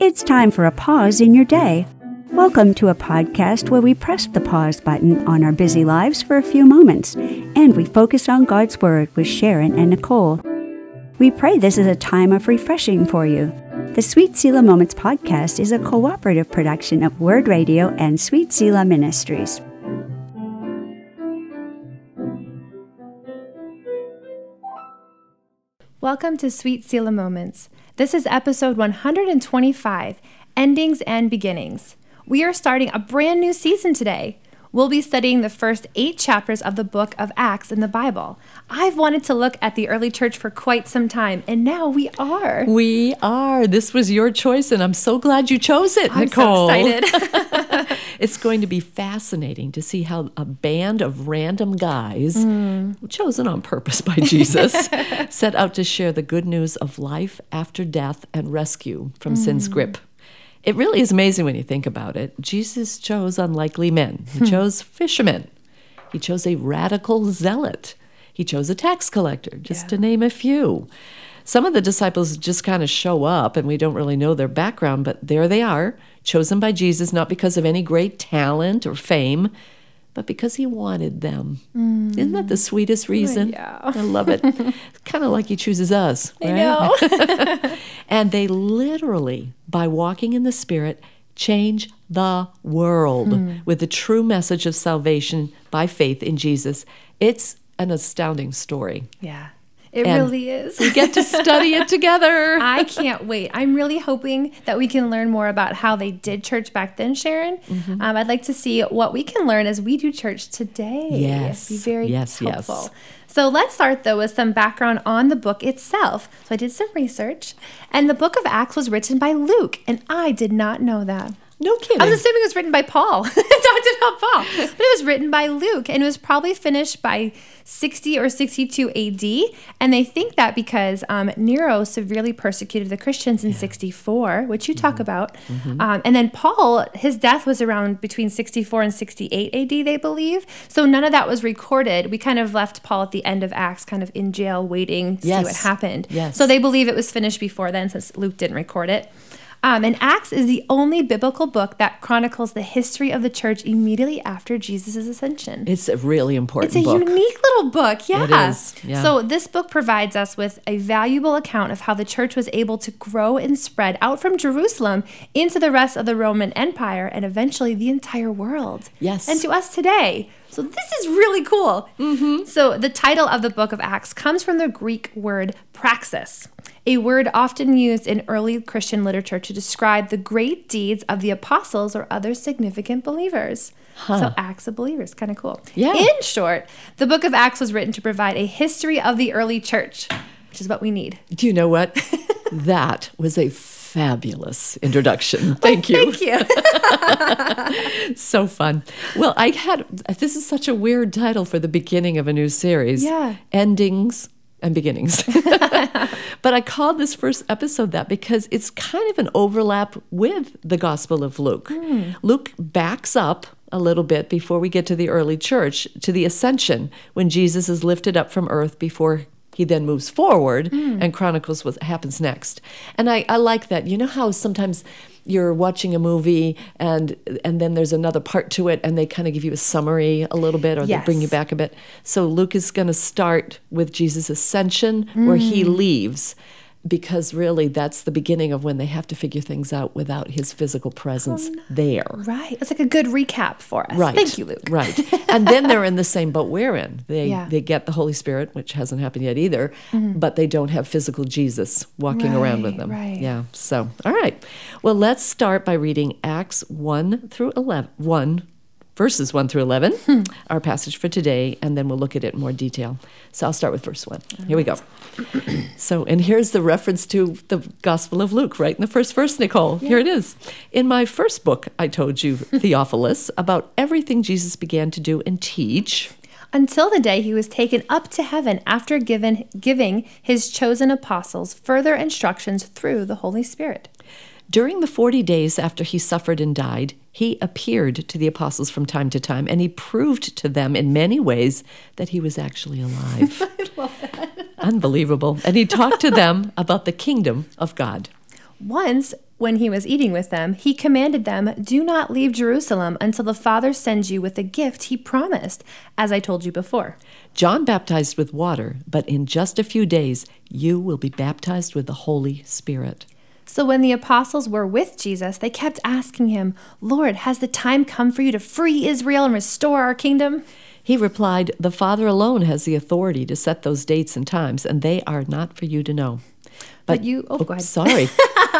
It's time for a pause in your day. Welcome to a podcast where we press the pause button on our busy lives for a few moments and we focus on God's Word with Sharon and Nicole. We pray this is a time of refreshing for you. The Sweet Sela Moments podcast is a cooperative production of Word Radio and Sweet Sela Ministries. Welcome to Sweet Sela Moments. This is episode 125 Endings and Beginnings. We are starting a brand new season today. We'll be studying the first eight chapters of the book of Acts in the Bible. I've wanted to look at the early church for quite some time, and now we are. We are. This was your choice, and I'm so glad you chose it, I'm Nicole. so excited. It's going to be fascinating to see how a band of random guys, Mm. chosen on purpose by Jesus, set out to share the good news of life after death and rescue from sin's grip. It really is amazing when you think about it. Jesus chose unlikely men, he chose fishermen, he chose a radical zealot, he chose a tax collector, just to name a few. Some of the disciples just kind of show up and we don't really know their background, but there they are, chosen by Jesus not because of any great talent or fame, but because he wanted them. Isn't that the sweetest reason? Mm. yeah. I love it. it's kind of like he chooses us. I know. and they literally, by walking in the Spirit, change the world Hmm. with the true message of salvation by faith in Jesus. It's an astounding story. yeah, it And- really is. We get to study it together. I can't wait. I'm really hoping that we can learn more about how they did church back then, Sharon. Mm-hmm. Um, I'd like to see what we can learn as we do church today. Yes. Be very Yes, yes. helpful. So let's start though with some background on the book itself. So I did some research, and the book of Acts was written by Luke, and I did not know that. no kidding. I was assuming it was written by Paul. it's not about Paul, but it was written by Luke, and it was probably finished by 60 or 62 AD. And they think that because um, Nero severely persecuted the Christians in 64, which you talk about, um, and then Paul, his death was around between 64 and 68 AD, they believe. So none of that was recorded. We kind of left Paul at the end of Acts, kind of in jail, waiting to see what Yes. happened. Yes. So they believe it was finished before then, since Luke didn't record it. Um, and Acts is the only biblical book that chronicles the history of the church immediately after Jesus' ascension. it's a really important It's a book. unique little book, yeah. is, yeah. So this book provides us with a valuable account of how the church was able to grow and spread out from Jerusalem into the rest of the Roman Empire and eventually the entire world. Yes. And to us today. So this is really cool. Mm-hmm. So the title of the book of Acts comes from the Greek word praxis, a word often used in early Christian literature to describe the great deeds of the apostles or other significant believers. So Acts of believers, kind of cool. Yeah. In short, the book of Acts was written to provide a history of the early church, which is what we need. Do you know what? that was a fabulous introduction. Thank you. Thank you. so fun. Well, I had this is such a weird title for the beginning of a new series. Yeah. Endings and beginnings. but I called this first episode that because it's kind of an overlap with the Gospel of Luke. Luke backs up a little bit before we get to the early church to the ascension when Jesus is lifted up from earth before he then moves forward and chronicles what happens next. And I, I like that. You know how sometimes you're watching a movie and and then there's another part to it and they kind of give you a summary a little bit or they bring you Yes. back a bit. So Luke is going to start with Jesus' ascension where he Mm. leaves because really that's the beginning of when they have to figure things out without his physical presence there. Oh, right. That's like a good recap for us. Right. Thank you, Luke. Right. And then they're in the same boat we're in. They Yeah. Mm-hmm. they get the Holy Spirit, which hasn't happened yet either, but they don't have physical Jesus walking around with Right, them. right. Yeah. So, all right. Well, let's start by reading Acts 1 through 11, 1 verses 1 through 11, Hmm. our passage for today, and then we'll look at it in more detail. So, I'll start with verse 1. Here we go. So, and here's the reference to the Gospel of Luke, right in the first verse, Nicole. Here it is. In my first book, I told you, Theophilus, about everything Jesus began to do and teach. until the day he was taken up to heaven after given, giving his chosen apostles further instructions through the Holy Spirit. During the 40 days after he suffered and died, he appeared to the apostles from time to time, and he proved to them in many ways that he was actually alive. I love that. Unbelievable. And he talked to them about the kingdom of God. Once when he was eating with them, he commanded them, Do not leave Jerusalem until the Father sends you with the gift he promised, as I told you before. John baptized with water, but in just a few days you will be baptized with the Holy Spirit. So when the apostles were with Jesus, they kept asking him, Lord, has the time come for you to free Israel and restore our kingdom? He replied, The Father alone has the authority to set those dates and times, and they are not for you to know. But you- oh, go ahead. Sorry,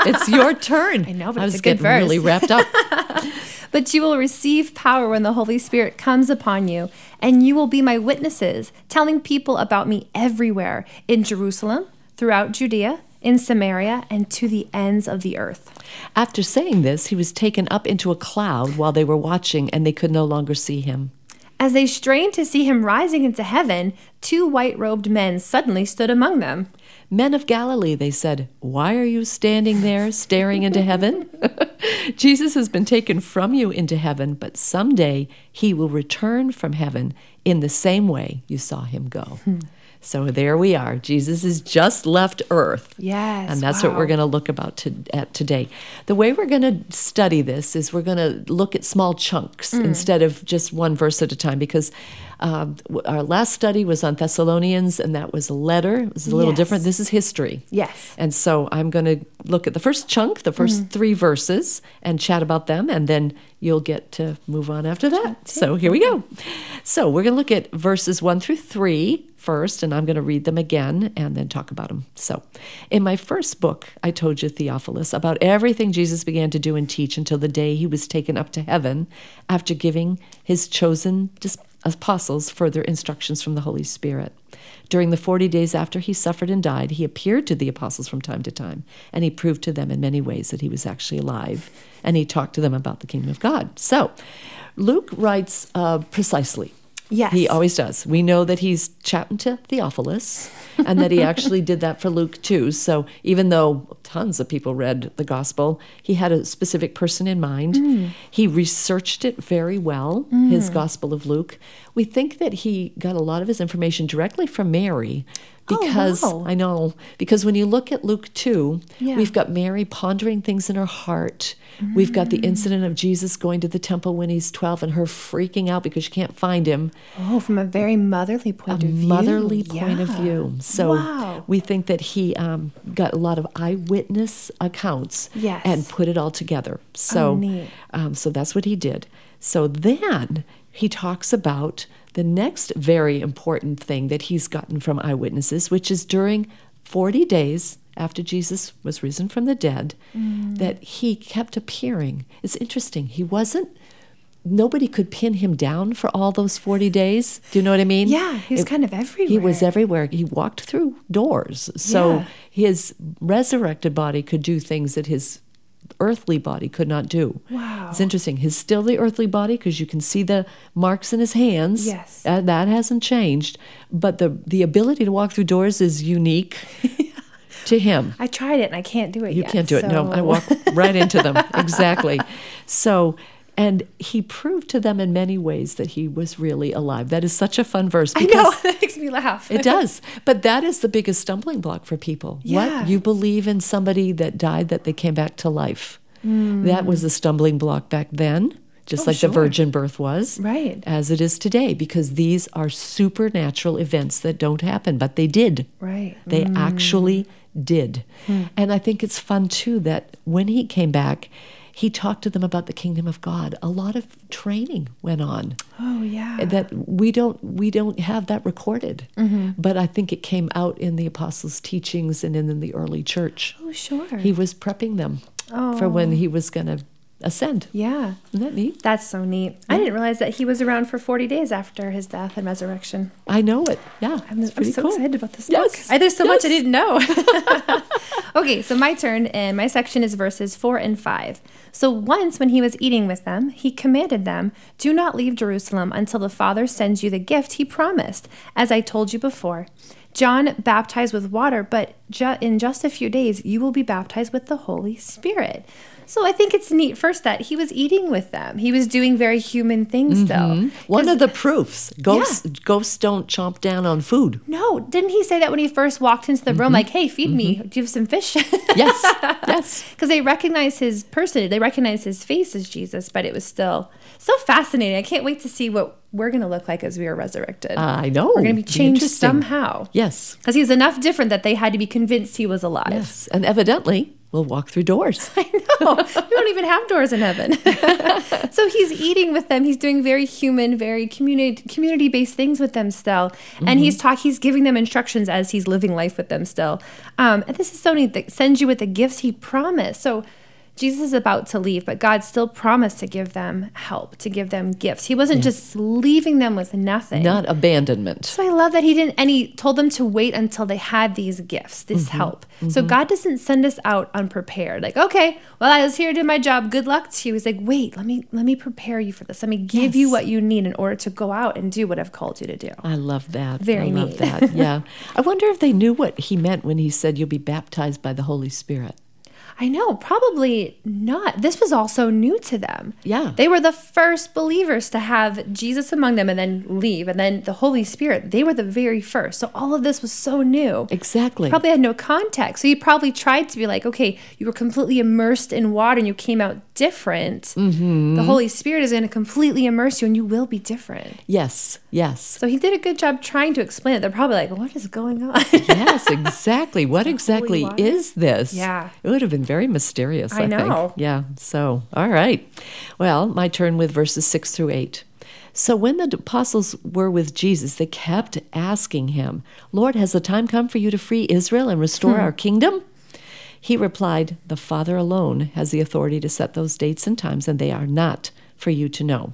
it's your turn. I know, but I it's was a good getting really verse. wrapped up. But you will receive power when the Holy Spirit comes upon you, and you will be my witnesses, telling people about me everywhere in Jerusalem, throughout Judea, in Samaria, and to the ends of the earth. After saying this, he was taken up into a cloud while they were watching, and they could no longer see him. As they strained to see him rising into heaven, two white robed men suddenly stood among them. Men of Galilee, they said, why are you standing there staring into heaven? Jesus has been taken from you into heaven, but someday he will return from heaven in the same way you saw him go. Hmm. so there we are. Jesus has just left earth. Yes, And that's what we're wow. going going to look about to, at today. The way we're going to study this is we're going to look at small chunks Mm. instead of just one verse at a time because um, w- our last study was on Thessalonians and that was a letter. It was a little Yes. different. This is history. Yes. And so I'm going to look at the first chunk, the 1st three verses, and chat about them, and then you'll get to move on after that. So here we go. So we're going to look at verses one through three first, and I'm going to read them again and then talk about them. So in my first book, I told you, Theophilus, about everything Jesus began to do and teach until the day he was taken up to heaven after giving his chosen dis- apostles further instructions from the Holy Spirit. During the 40 days after he suffered and died, he appeared to the apostles from time to time, and he proved to them in many ways that he was actually alive, and he talked to them about the kingdom of God. So, Luke writes uh, precisely. Yes. He always does. We know that he's chatting to Theophilus and that he actually did that for Luke too. So even though tons of people read the gospel, he had a specific person in mind. Hmm. He researched it very well, his gospel of Luke. We think that he got a lot of his information directly from Mary because Oh, wow. I know because when you look at Luke 2, Yeah. we've got Mary pondering things in her heart. We've got Hmm. the incident of Jesus going to the temple when he's 12 and her freaking out because she can't find him Oh, from a very motherly point of view. motherly point of Yeah. view. So Wow. we think that he um, got a lot of eyewitness accounts Yes. Oh, and put it all together. So neat. um, so that's what he did. So then he talks about the next very important thing that he's gotten from eyewitnesses, which is during 40 days after Jesus was risen from the dead, Mm. that he kept appearing. It's interesting. He wasn't. Nobody could pin him down for all those 40 days. Do you know what I mean? Yeah, he was It- kind of everywhere. He was everywhere. He walked through doors. So Yeah. his resurrected body could do things that his earthly body could not do. Wow. It's interesting. His still the earthly body because you can see the marks in his hands. Yes. Uh, that hasn't changed, but the the ability to walk through doors is unique to him. I tried it and I can't do it You yet, can't do it. No, I so- walk right into them. Exactly. So, and he proved to them in many ways that he was really alive. That is such a fun verse I because know. That makes me laugh. it does. But that is the biggest stumbling block for people. Yeah. What? You believe in somebody that died that they came back to life. Hmm. That was a stumbling block back then, just like the virgin birth was. Oh, Right. As it is today, because these are supernatural events that don't happen, but they did. Right. They actually did. Hmm. And I think it's fun too that when he came back, he talked to them about the kingdom of God. A lot of training went on Oh, yeah. that we don't we don't have that recorded. Mm-hmm. But I think it came out in the apostles' teachings and in, in the early church. oh, sure. Oh. He was prepping them for when he was going to ascend. yeah. Isn't that neat? That's so neat. I didn't realize that he was around for 40 days after his death and resurrection. I know it. Yeah, I'm, it's I'm pretty so cool. excited about this Yes, book. I, there's so much I yes. didn't know. okay, so my turn, and my section is verses four and five. So once, when he was eating with them, he commanded them, "Do not leave Jerusalem until the Father sends you the gift he promised, as I told you before. John baptized with water, but ju- in just a few days, you will be baptized with the Holy Spirit. So I think it's neat, first, that he was eating with them. He was doing very human things, though. One of the proofs ghosts ghosts don't chomp down on food. No, didn't he say that when he first walked into the room, Mm-hmm. like, hey, feed me, do you have some fish? Yes, yes. Because they recognized his person, they recognized his face as Jesus, but it was still so fascinating. I can't wait to see what we're going to look like as we are resurrected. I know. We're going to be changed Interesting. somehow. Yes, Because he's enough different that they had to be convinced he was alive. yes. And evidently, we'll walk through doors. No, we don't even have doors in heaven. so he's eating with them. He's doing very human, very community community based things with them still, and he's talk. He's giving them instructions as he's living life with them still. Um, and this is so neat. That sends you with the gifts he promised. So. Jesus is about to leave, but God still promised to give them help, to give them gifts. He wasn't just leaving them with nothing. Not abandonment. So I love that he didn't, and he told them to wait until they had these gifts, this Mm-hmm. help. So God doesn't send us out unprepared. Like, okay, well, I was here to do my job. Good luck to you. He's like, wait, let me let me prepare you for this. Let me give you Yes. what you need in order to go out and do what I've called you to do. I love that. Very I love neat. that. Yeah. I wonder if they knew what he meant when he said you'll be baptized by the Holy Spirit. I know, probably not. This was also new to them. Yeah. They were the first believers to have Jesus among them and then leave, and then the Holy Spirit. They were the very first. So all of this was so new. Exactly. Probably had no context. So you probably tried to be like, okay, you were completely immersed in water and you came out different. Mm-hmm. The Holy Spirit is going to completely immerse you and you will be different. Yes. Yes. So he did a good job trying to explain it. They're probably like, what is going on? Yes, exactly. What exactly water? is this? Yeah. It would have been very mysterious, I, I know. think. Yeah. So, all right. Well, my turn with verses 6 through 8. So when the apostles were with Jesus, they kept asking him, "Lord, has the time come for you to free Israel and Hmm. restore our kingdom?" He replied, The Father alone has the authority to set those dates and times, and they are not for you to know.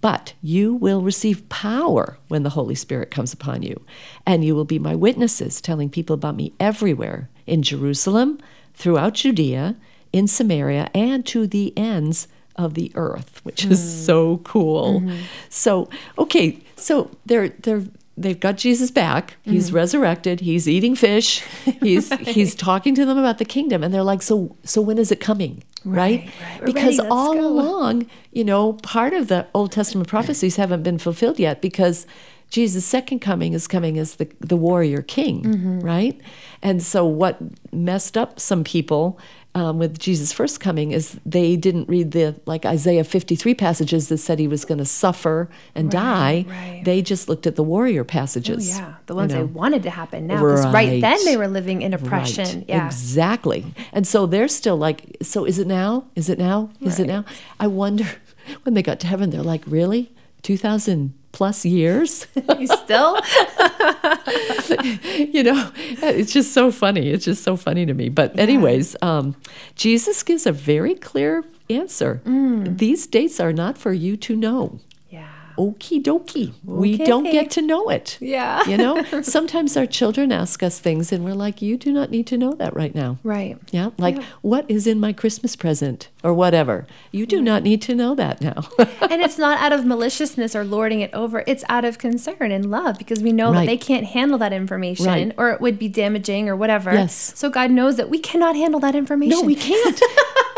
But you will receive power when the Holy Spirit comes upon you, and you will be my witnesses, telling people about me everywhere in Jerusalem, throughout Judea, in Samaria, and to the ends of the earth, which Hmm. is so cool. Mm-hmm. So, okay, so they're they're they've got Jesus back. He's Mm-hmm. resurrected. He's eating fish. He's he's talking to them about the kingdom, and they're like, "So so when is it coming?" Right, We're ready, because let's all go. along, you know, part of the Old Testament prophecies haven't been fulfilled yet because Jesus' second coming is coming as the the warrior king, Mm-hmm. right? And so, what messed up some people um, with Jesus' first coming is they didn't read the like Isaiah fifty three passages that said he was going to suffer and die. right. Oh, They just looked at the warrior passages. yeah. The you ones they know. wanted to happen now. Because right. Right. then they were living in Right. oppression. Yeah. Exactly. And so they're still like, so is it now? Is it now? Is it now? I wonder when they got to heaven, they're like, really? 2,000 plus years? You still? you know, it's just so funny. It's just so funny to me. But, anyways, um, Jesus gives a very clear answer. Mm. These dates are not for you to know. yeah. Okie dokie. We don't Okay. get to know it. Yeah. You know, sometimes our children ask us things and we're like, you do not need to know that right now. Right. Yeah, like what is in my Christmas present or whatever. You do not need to know that now. and it's not out of maliciousness or lording it over. It's out of concern and love because we know that Right. they can't handle that information Right. or it would be damaging or whatever. Yes. So God knows that we cannot handle that information. no, we can't.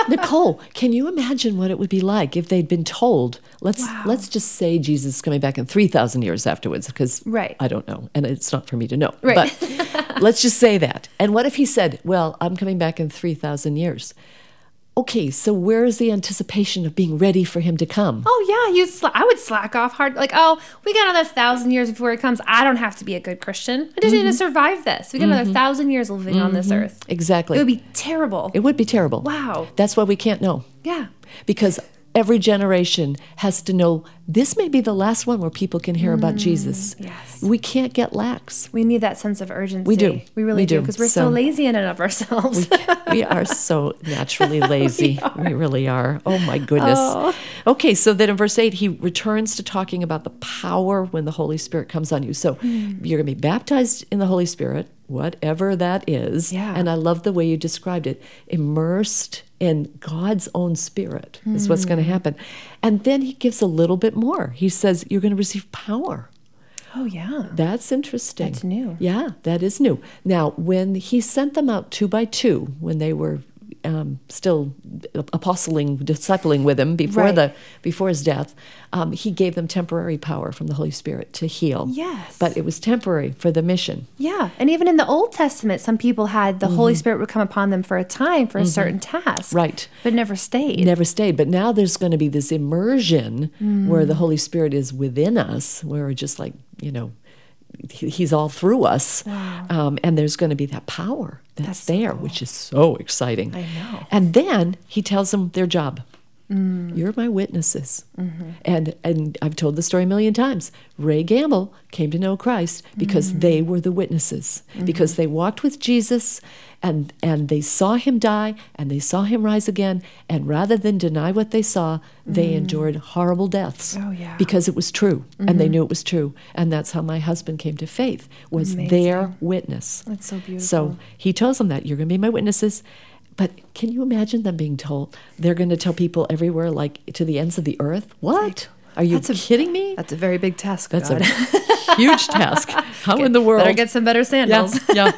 Nicole, can you imagine what it would be like if they'd been told, let's let's just say Jesus is coming back in 3000 years afterwards because Right. I don't know and it's not for me to know. Right. But let's just say that. And what if he said, well, I'm coming back in 3000 years? Okay, so where is the anticipation of being ready for him to come? Oh yeah, you. Sla- I would slack off hard. Like, oh, we got another thousand years before he comes. I don't have to be a good Christian. I just need to Mm-hmm. survive this. We got another thousand years living on this earth. Exactly. It would be terrible. Mm-hmm. It would be terrible. Wow. That's why we can't know. yeah. Because every generation has to know this may be the last one where people can hear about Jesus. yes. We can't get lax. We need that sense of urgency. do. We really We do do. because we're so, So- lazy in and of ourselves. we are so naturally lazy. we, really are. Oh my goodness. Okay, so then in verse 8, he returns to talking about the power when the Holy Spirit comes on you. So you're going to be baptized in the Holy Spirit, whatever that is. Yeah. And I love the way you described it immersed in God's own spirit is what's going to happen. And then he gives a little bit more. He says, You're going to receive power. Oh, yeah. That's interesting. That's new. Yeah, that is new. Now, when he sent them out two by two, when they were um, still apostling, discipling with him before Right. the before his death, um, he gave them temporary power from the Holy Spirit to heal. Yes. but it was temporary for the mission. Yeah. And even in the Old Testament, some people had the Holy Spirit would come upon them for a time for a certain task. Mm-hmm. Right. But never stayed. Never stayed, but now there's going to be this immersion where the Holy Spirit is within us, where we're just like you know, he- He's all through us, um, and there's going to be that power that's, there, which is so exciting. I know. And then He tells them their job. Mm-hmm. You're my witnesses, Mm-hmm. and and I've told the story a million times. Ray Gamble came to know Christ because Mm-hmm. they were the witnesses, because they walked with Jesus, and and they saw him die, and they saw him rise again, and rather than deny what they saw, they endured horrible deaths. Mm-hmm. Oh, yeah. Mm-hmm. because it was true, and they knew it was true, and that's how my husband came to faith was their witness. That's so beautiful. So he tells them that you're going to be my witnesses. But can you imagine them being told they're going to tell people everywhere, like to the ends of the earth? What? Are you That's a- kidding me? That's a very big task. That's God. a huge task. How in the world? Better get some better yeah, sandals. yeah.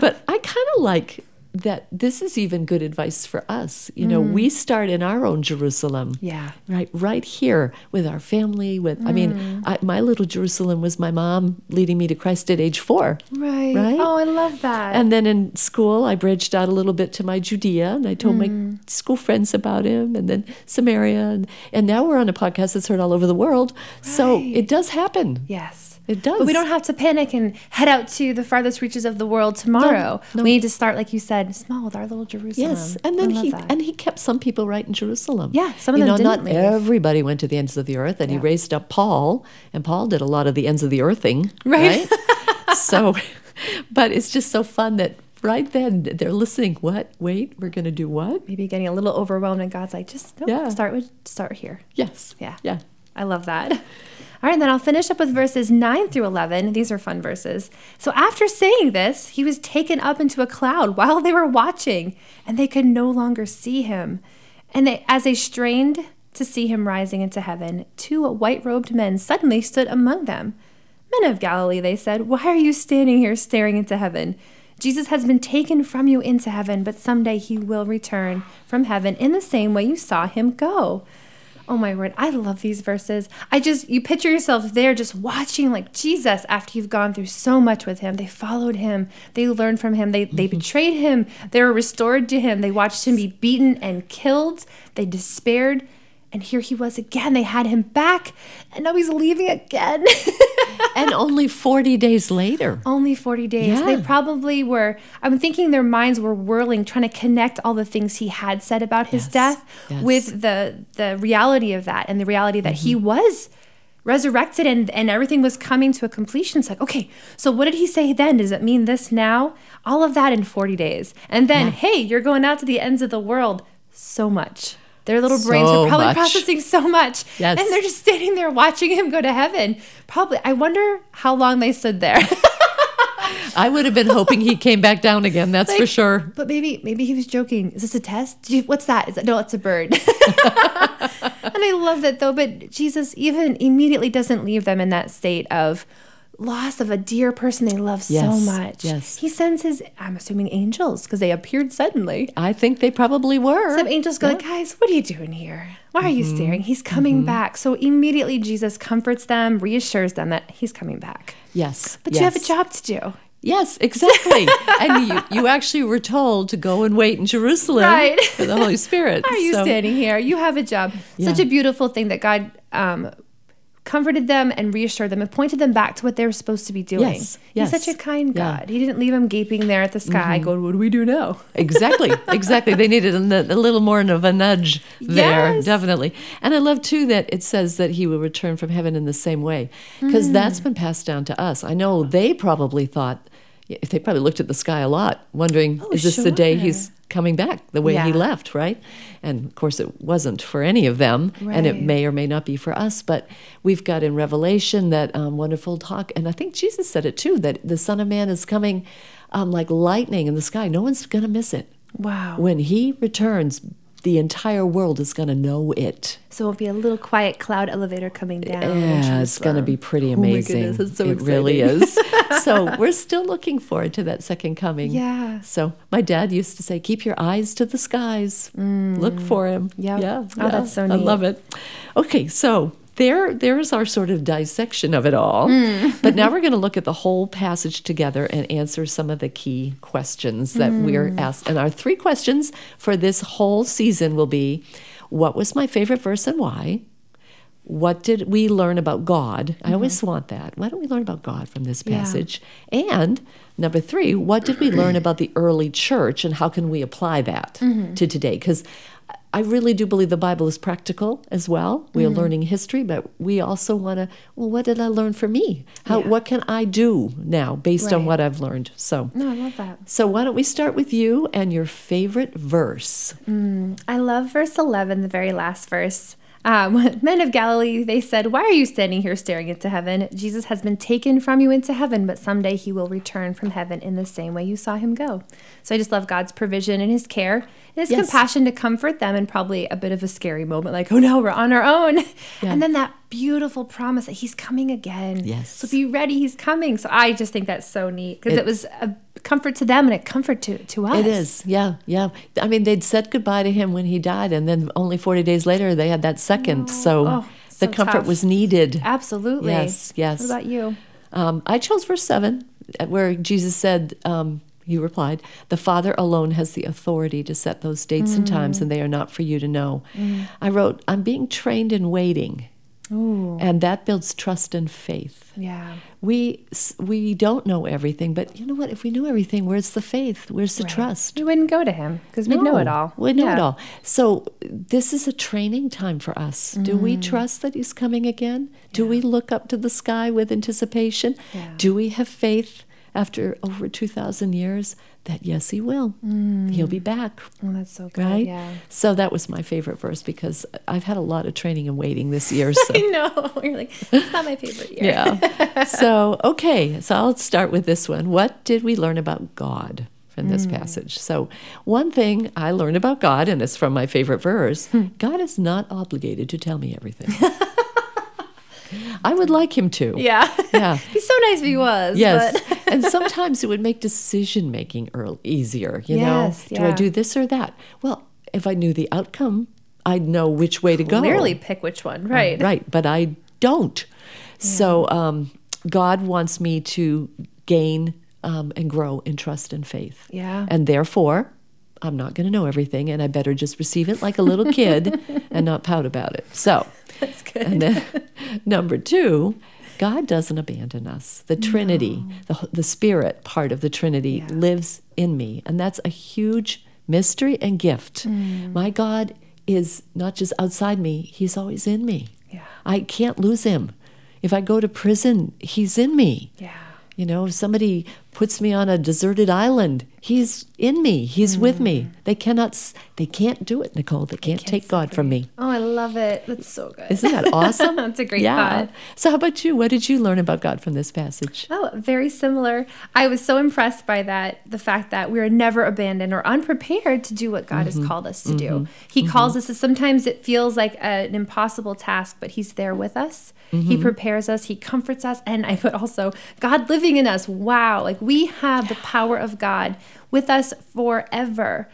But I kind of like that. This is even good advice for us. You know, we start in our own Jerusalem. Mm. Yeah. Right, right here with our family. With I Mm. mean, I, my little Jerusalem was my mom leading me to Christ at age four. Right. Right. Oh, I love that. Uh, And then in school, I branched out a little bit to my Judea, and I told Hmm. my school friends about him, and then Samaria, and, and now we're on a podcast that's heard all over the world. So it does happen. yes. It does. But we don't have to panic and head out to the farthest reaches of the world tomorrow. no. We need to start, like you said, small with our little Jerusalem. Yes, and then I love he that. and he kept some people right in Jerusalem. Yeah, some of you them know, not didn't leave. everybody went to the ends of the earth, and he raised up Paul, and Paul did a lot of the ends of the earthing, Right. right? so, but it's just so fun that right then they're listening. What? Wait, we're going to do what? maybe getting a little overwhelmed, and God's like, just no, Yeah. start with start here. Yes. Yeah. Yeah. I love that. All right, then I'll finish up with verses 9 through 11. These are fun verses. So after saying this, he was taken up into a cloud while they were watching, and they could no longer see him. And they, as they strained to see him rising into heaven, two white robed men suddenly stood among them. Men of Galilee, they said, why are you standing here staring into heaven? Jesus has been taken from you into heaven, but someday he will return from heaven in the same way you saw him go. Oh my word, I love these verses. I just, you picture yourself there just watching like Jesus after you've gone through so much with him. They followed him, they learned from him, they, they betrayed him, they were restored to him, they watched him be beaten and killed, they despaired. And here he was again. They had him back, and now he's leaving again. and only 40 days later. Only 40 days. They Yeah. probably were, I'm thinking their minds were whirling, trying to connect all the things he had said about his Yes, death yes. with the, the reality of that and the reality that Mm-hmm. he was resurrected and, and everything was coming to a completion. It's like, okay, so what did he say then? Does it mean this now? All of that in 40 days. And then, hey, you're going out to the ends of the world. So much. Their little brains So were probably much. processing so much. Yes. And they're just standing there watching him go to heaven. Probably, I wonder how long they stood there. I would have been hoping he came back down again, that's for Like- sure. But maybe maybe he was joking. Is this a test? Do you, what's that? Is that no? It's a bird. and I love that though. But Jesus even immediately doesn't leave them in that state of loss of a dear person they love so Yes, much. yes. He sends his I'm assuming angels because they appeared suddenly. I think they probably were. Some angels go like, guys, what are you doing here? Why are you Mm-hmm. staring? He's coming back. So immediately Jesus comforts them, reassures them that he's coming back. yes. But you have a yes. job to do. Yes, exactly. and you, you actually were told to go and wait in Jerusalem Right. for the Holy Spirit. Why are you So- standing here? You have a job. Such Yeah. a beautiful thing that God um, comforted them and reassured them and pointed them back to what they were supposed to be doing. Yes, He's yes. such a kind Yeah. Mm-hmm. God. He didn't leave them gaping there at the sky, going, "What do we do now?" exactly, exactly. They needed a, nu- a little more of a nudge there, Yes. definitely. And I love too that it says that he will return from heaven in the same way, Hmm. because that's been passed down to us. I know they probably thought, they probably looked at the sky a lot, wondering, is this the day he's coming back the way he Oh, Yeah. left, right? And of course, it wasn't for any of them, and it Right. may or may not be for us. But we've got in Revelation that um, wonderful talk, and I think Jesus said it too that the Son of Man is coming um, like lightning in the sky. No one's going to miss it Wow. when he returns the entire world is going to know it. So it'll be a little quiet cloud elevator coming down. um, Yeah, it's going to be pretty oh amazing. goodness, that's so it really is. so we're still looking forward to that second coming. Yeah. So my dad used to say, "Keep your eyes to the skies. Look for him." Mm. Yep. Yeah. Oh, yeah. that's so I neat. love it. Okay, so. There, there is our sort of dissection of it all. Mm. but now we're going to look at the whole passage together and answer some of the key questions that Mm. we're asked. And our three questions for this whole season will be what was my favorite verse and why? what did we learn about God? I always want that. Why don't we learn about God from this passage? And number three, what did we learn about the early church and how can we apply that to today? Because I really do believe the Bible is practical as well. We are learning history, but we also want to, well, what did I learn for me? How, What can I do now based on Right. what I've learned? So, No, I love that. so why don't we start with you and your favorite verse? I love verse 11, the very last verse. Um, Men of Galilee, they said, Why are you standing here staring into heaven? Jesus has been taken from you into heaven, but someday he will return from heaven in the same way you saw him go. So I just love God's provision and his care and his Yes. compassion to comfort them in probably a bit of a scary moment, like, Oh no, we're on our own. And then that beautiful promise that he's coming again. Yes. So be ready, he's coming. So I just think that's so neat because it, was a comfort to them and a comfort to, to us. It is, yeah, yeah. I mean, they'd said goodbye to him when he died, and then only 40 days later, they had that second. So Oh, the so comfort tough. was needed. Absolutely. Yes, yes. What about you? Um, I chose verse 7, uh, where Jesus said, um, He replied, The Father alone has the authority to set those dates and times, Mm. and they are not for you to know. I wrote, I'm being trained in waiting, and that builds trust and faith. Yeah. We, s- we don't know everything, but you know what? If we knew everything, where's the faith? Where's the trust? We wouldn't go to him because we'd know it all. We know it Yeah. all. So this is a training time for us. Do Mm. we trust that he's coming again? Do we look up to the sky with anticipation? Do we have faith after over 2000 years that yes he will. He'll be back. Oh, that's so good. Right? Mm. Yeah. So that was my favorite verse because I've had a lot of training and waiting this year. So I know. You're like, it's not my favorite year. yeah. so, okay. So I'll start with this one. What did we learn about God from Hmm. this passage? So, one thing I learned about God, and it's from my favorite verse Hmm. God is not obligated to tell me everything. I would like him to. Yeah. Yeah. He's so nice if he was. Yes. But and sometimes it would make decision making earl easier, you Yes, know? Do I yeah. do this or that? Well, if I knew the outcome, I'd know which way to go. clearly pick which one. Right. Right, but I don't. So um, God wants me to gain um, and grow in trust and faith. Yeah. And therefore, I'm not going to know everything, and I better just receive it like a little kid and not pout about it. So, That's good. and then number two, God doesn't abandon us. The Trinity, the, the Spirit part of the Trinity, lives in me, and that's a huge mystery and gift. My God is not just outside me; He's always in me. Yeah. I can't lose Him. If I go to prison, He's in me. Yeah. You know, if somebody puts me on a deserted island, he's in me. He's with Mm. me. They cannot s- they can't do it, Nicole. They can't, take God from me. Oh, I love it. That's so good. Isn't that awesome? That's a great thought. So how about you? What did you learn about God from this passage? Oh, very similar. I was so impressed by that the fact that we're never abandoned or unprepared to do what God has called us to do. He calls us, sometimes it feels like an impossible task, but He's there with us. He prepares us, He comforts us. And I put also God living in us. Wow. Like we have the power of God with us forever.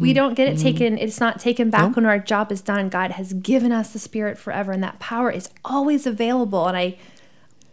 We don't get it taken, it's not taken back when our job is done. God has given us the Spirit forever, and that power is always available. And I,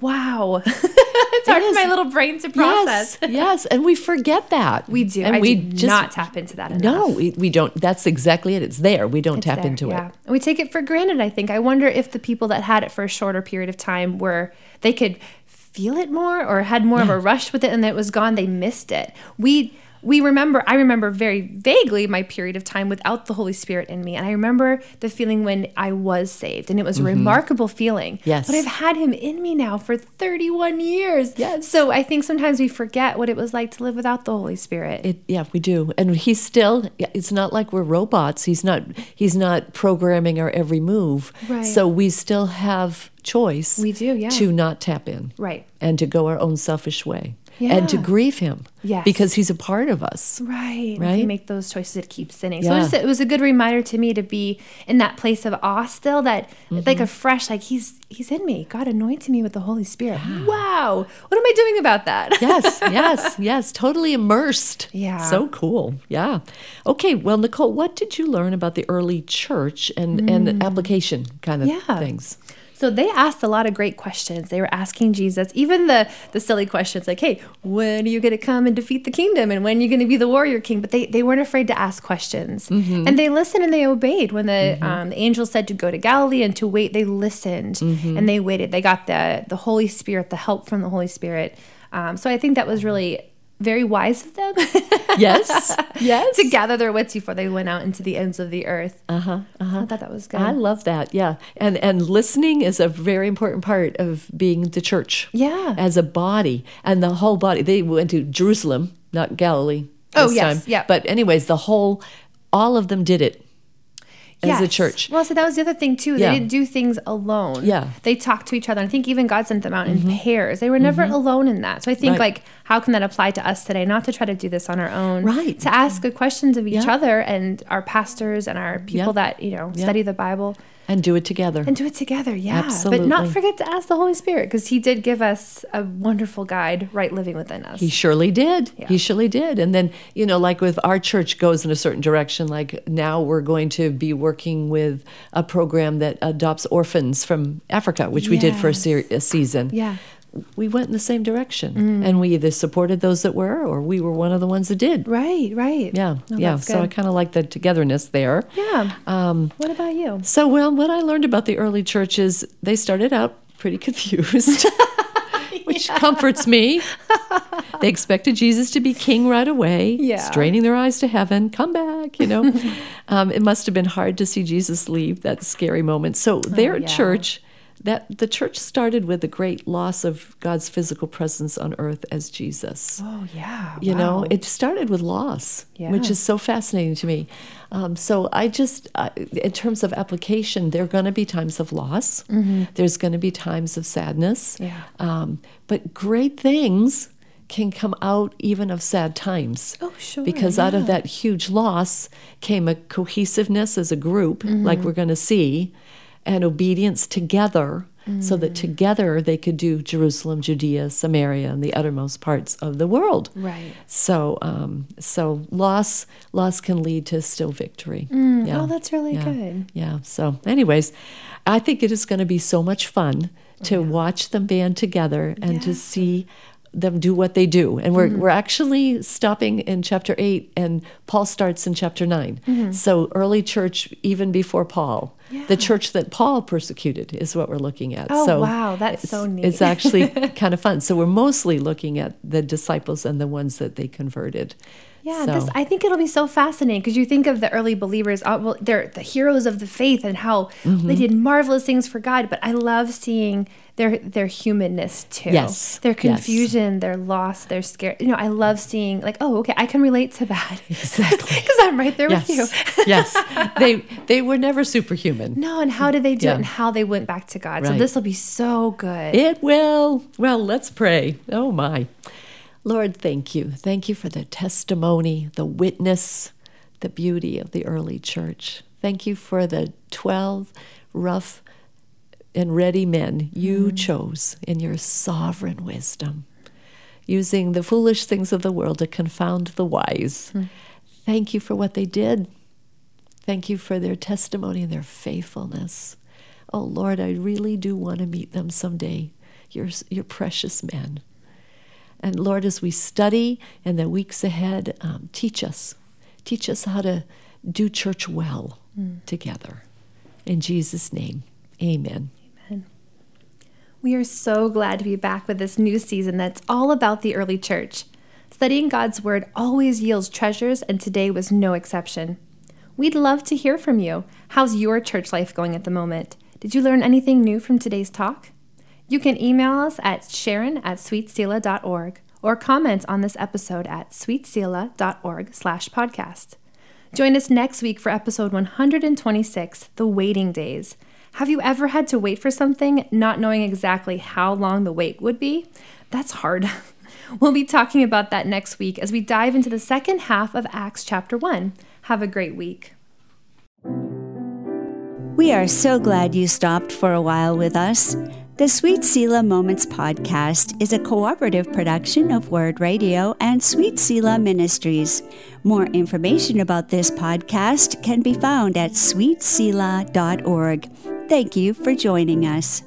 Wow. it's hard for my little brain to process. Yes, yes, and we forget that. We do. And I we do just not tap into that enough. No, we, we don't. That's exactly it. It's there. We don't It's tap there, into yeah. it. And we take it for granted, I think. I wonder if the people that had it for a shorter period of time were they could feel it more or had more of a rush with it and then it was gone, they missed it. We we remember I remember very vaguely my period of time without the Holy Spirit in me. And I remember the feeling when I was saved and it was a remarkable feeling. Mm-hmm. Yes. But I've had him in me now for 31 years. Yes. So I think sometimes we forget what it was like to live without the Holy Spirit. It, yeah, we do, and he's still. yeah, It's not like we're robots. He's not. He's not programming our every move. Right. So we still have choice. We do, yeah. To not tap in. Right. And to go our own selfish way. and to Yeah. grieve him Yes. because he's a part of us. Right. If Right? you make those choices, it keeps sinning. So Yeah. it was, it was a good reminder to me to be in that place of awe still, that Mm-hmm. like a fresh, like he's he's in me. God anointed me with the Holy Spirit. Wow. What am I doing about that? yes, yes, yes, totally immersed. Yeah. So cool. Yeah. Okay, well Nicole, what did you learn about the early church and and application kind of Mm. Yeah. things? So they asked a lot of great questions. They were asking Jesus, even the the silly questions like, "Hey, when are you going to come and defeat the kingdom? And when are you going to be the warrior king?" But they, they weren't afraid to ask questions, and they listened and they obeyed. When the um, the angel said to go to Galilee and to wait, they listened and they waited. They got the the Holy Spirit, the help from the Holy Spirit. Um, so I think that was really very wise of them Yes. yes. to gather their wits before they went out into the ends of the earth. Uh huh. Uh-huh. I thought that was good. I love that. Yeah. And and listening is a very important part of being the church. Yeah. As a body and the whole body. They went to Jerusalem, not Galilee. Oh, this yes, time. yeah. But anyways, the whole all of them did it as a Yes. church. Well, so that was the other thing too. Yeah. They didn't do things alone. Yeah. Mm-hmm. They talked to each other. I think even God sent them out in pairs. They were never alone in that. So I think Right. like how can that apply to us today? Not to try to do this on our own. Right. To ask good questions of each Yeah. other and our pastors and our people Yeah. that, you know, Yeah. study the Bible And do it together. and do it together. Yeah. But Absolutely. not forget to ask the Holy Spirit because he did give us a wonderful guide right living within us. He surely did. He Yeah. surely did. And then, you know, like with our church goes in a certain direction, like now we're going to be working with a program that adopts orphans from Africa, which we did for a, Yes. ser- a season. Yeah. Mm. We went in the same direction and we either supported those that were or we were one of the ones that did. right, right. Yeah. No, yeah. Mm. Oh, that's So I good. kind of like the togetherness there. Yeah. Um, what about you? so, well, what I learned about the early church is they started out pretty confused, which comforts me. They expected Jesus to be king right away, Yeah. straining their eyes to heaven, come back, you know. um, it must have been hard to see Jesus leave that scary moment. So, their Oh, yeah. church. That the church started with the great loss of God's physical presence on earth as Jesus. Oh yeah. You Wow. know, it started with loss, which Yeah. is so fascinating to me. Um, so I just, uh, in terms of application, there are going to be times of loss. There's going to be times of sadness. Mm-hmm. Yeah. Um, but great things can come out even of sad times. Oh, sure, Because out of that huge loss came a cohesiveness as a group, like Mm-hmm. we're going to see, and obedience together. So that Mm. together they could do Jerusalem, Judea, Samaria, and the uttermost parts of the world. Right. So, um, so loss loss can lead to still victory. yeah. oh, that's really yeah. good. Yeah. So, anyways, I think it is going to be so much fun Oh, to watch them band together and to see them do what they do. Mm-hmm. And we're we're actually stopping in chapter eight, and Paul starts in chapter 9 Mm-hmm. So, early church, even before Paul. The church that Paul persecuted is what we're looking at. Oh, so wow, that's it's- so neat. It's actually kind of fun. So we're mostly looking at the disciples and the ones that they converted. Yeah, So- this, I think it'll be so fascinating because you think of the early believers, uh, well, they're the heroes of the faith and how Mm-hmm. they did marvelous things for God. But I love seeing their their humanness too. Yes, their yes. Mm. confusion, their loss, their scare. You know, I love seeing like, oh, okay, I can relate to that exactly because I'm right there yes, with you. yes, they they were never superhuman. No, and how did they do Yeah. it, and how they went back to God. So Right. this will be so good. It will. Well, let's pray. Oh, my. Lord, thank you. Thank you for the testimony, the witness, the beauty of the early church. Thank you for the 12 rough and ready men you chose in your sovereign wisdom, using the foolish things of the world to confound the wise. Thank you for what they did. Thank you for their testimony and their faithfulness. Oh Lord, I really do want to meet them someday, your, your precious men. And Lord, as we study in the weeks ahead, um, teach us. Teach us how to do church well together. In Jesus' name, amen. We are so glad to be back with this new season that's all about the early church. Studying God's Word always yields treasures, and today was no exception. We'd love to hear from you. How's your church life going at the moment? Did you learn anything new from today's talk? You can email us at sharon at sweetseela.org or comment on this episode at sweetseela.org slash podcast. Join us next week for episode 126 The Waiting Days. Have you ever had to wait for something, not knowing exactly how long the wait would be? That's hard. We'll be talking about that next week as we dive into the second half of Acts chapter 1. Have a great week. We are so glad you stopped for a while with us. The Sweet Sela Moments podcast is a cooperative production of Word Radio and Sweet Sela Ministries. More information about this podcast can be found at sweetsela.org. Thank you for joining us.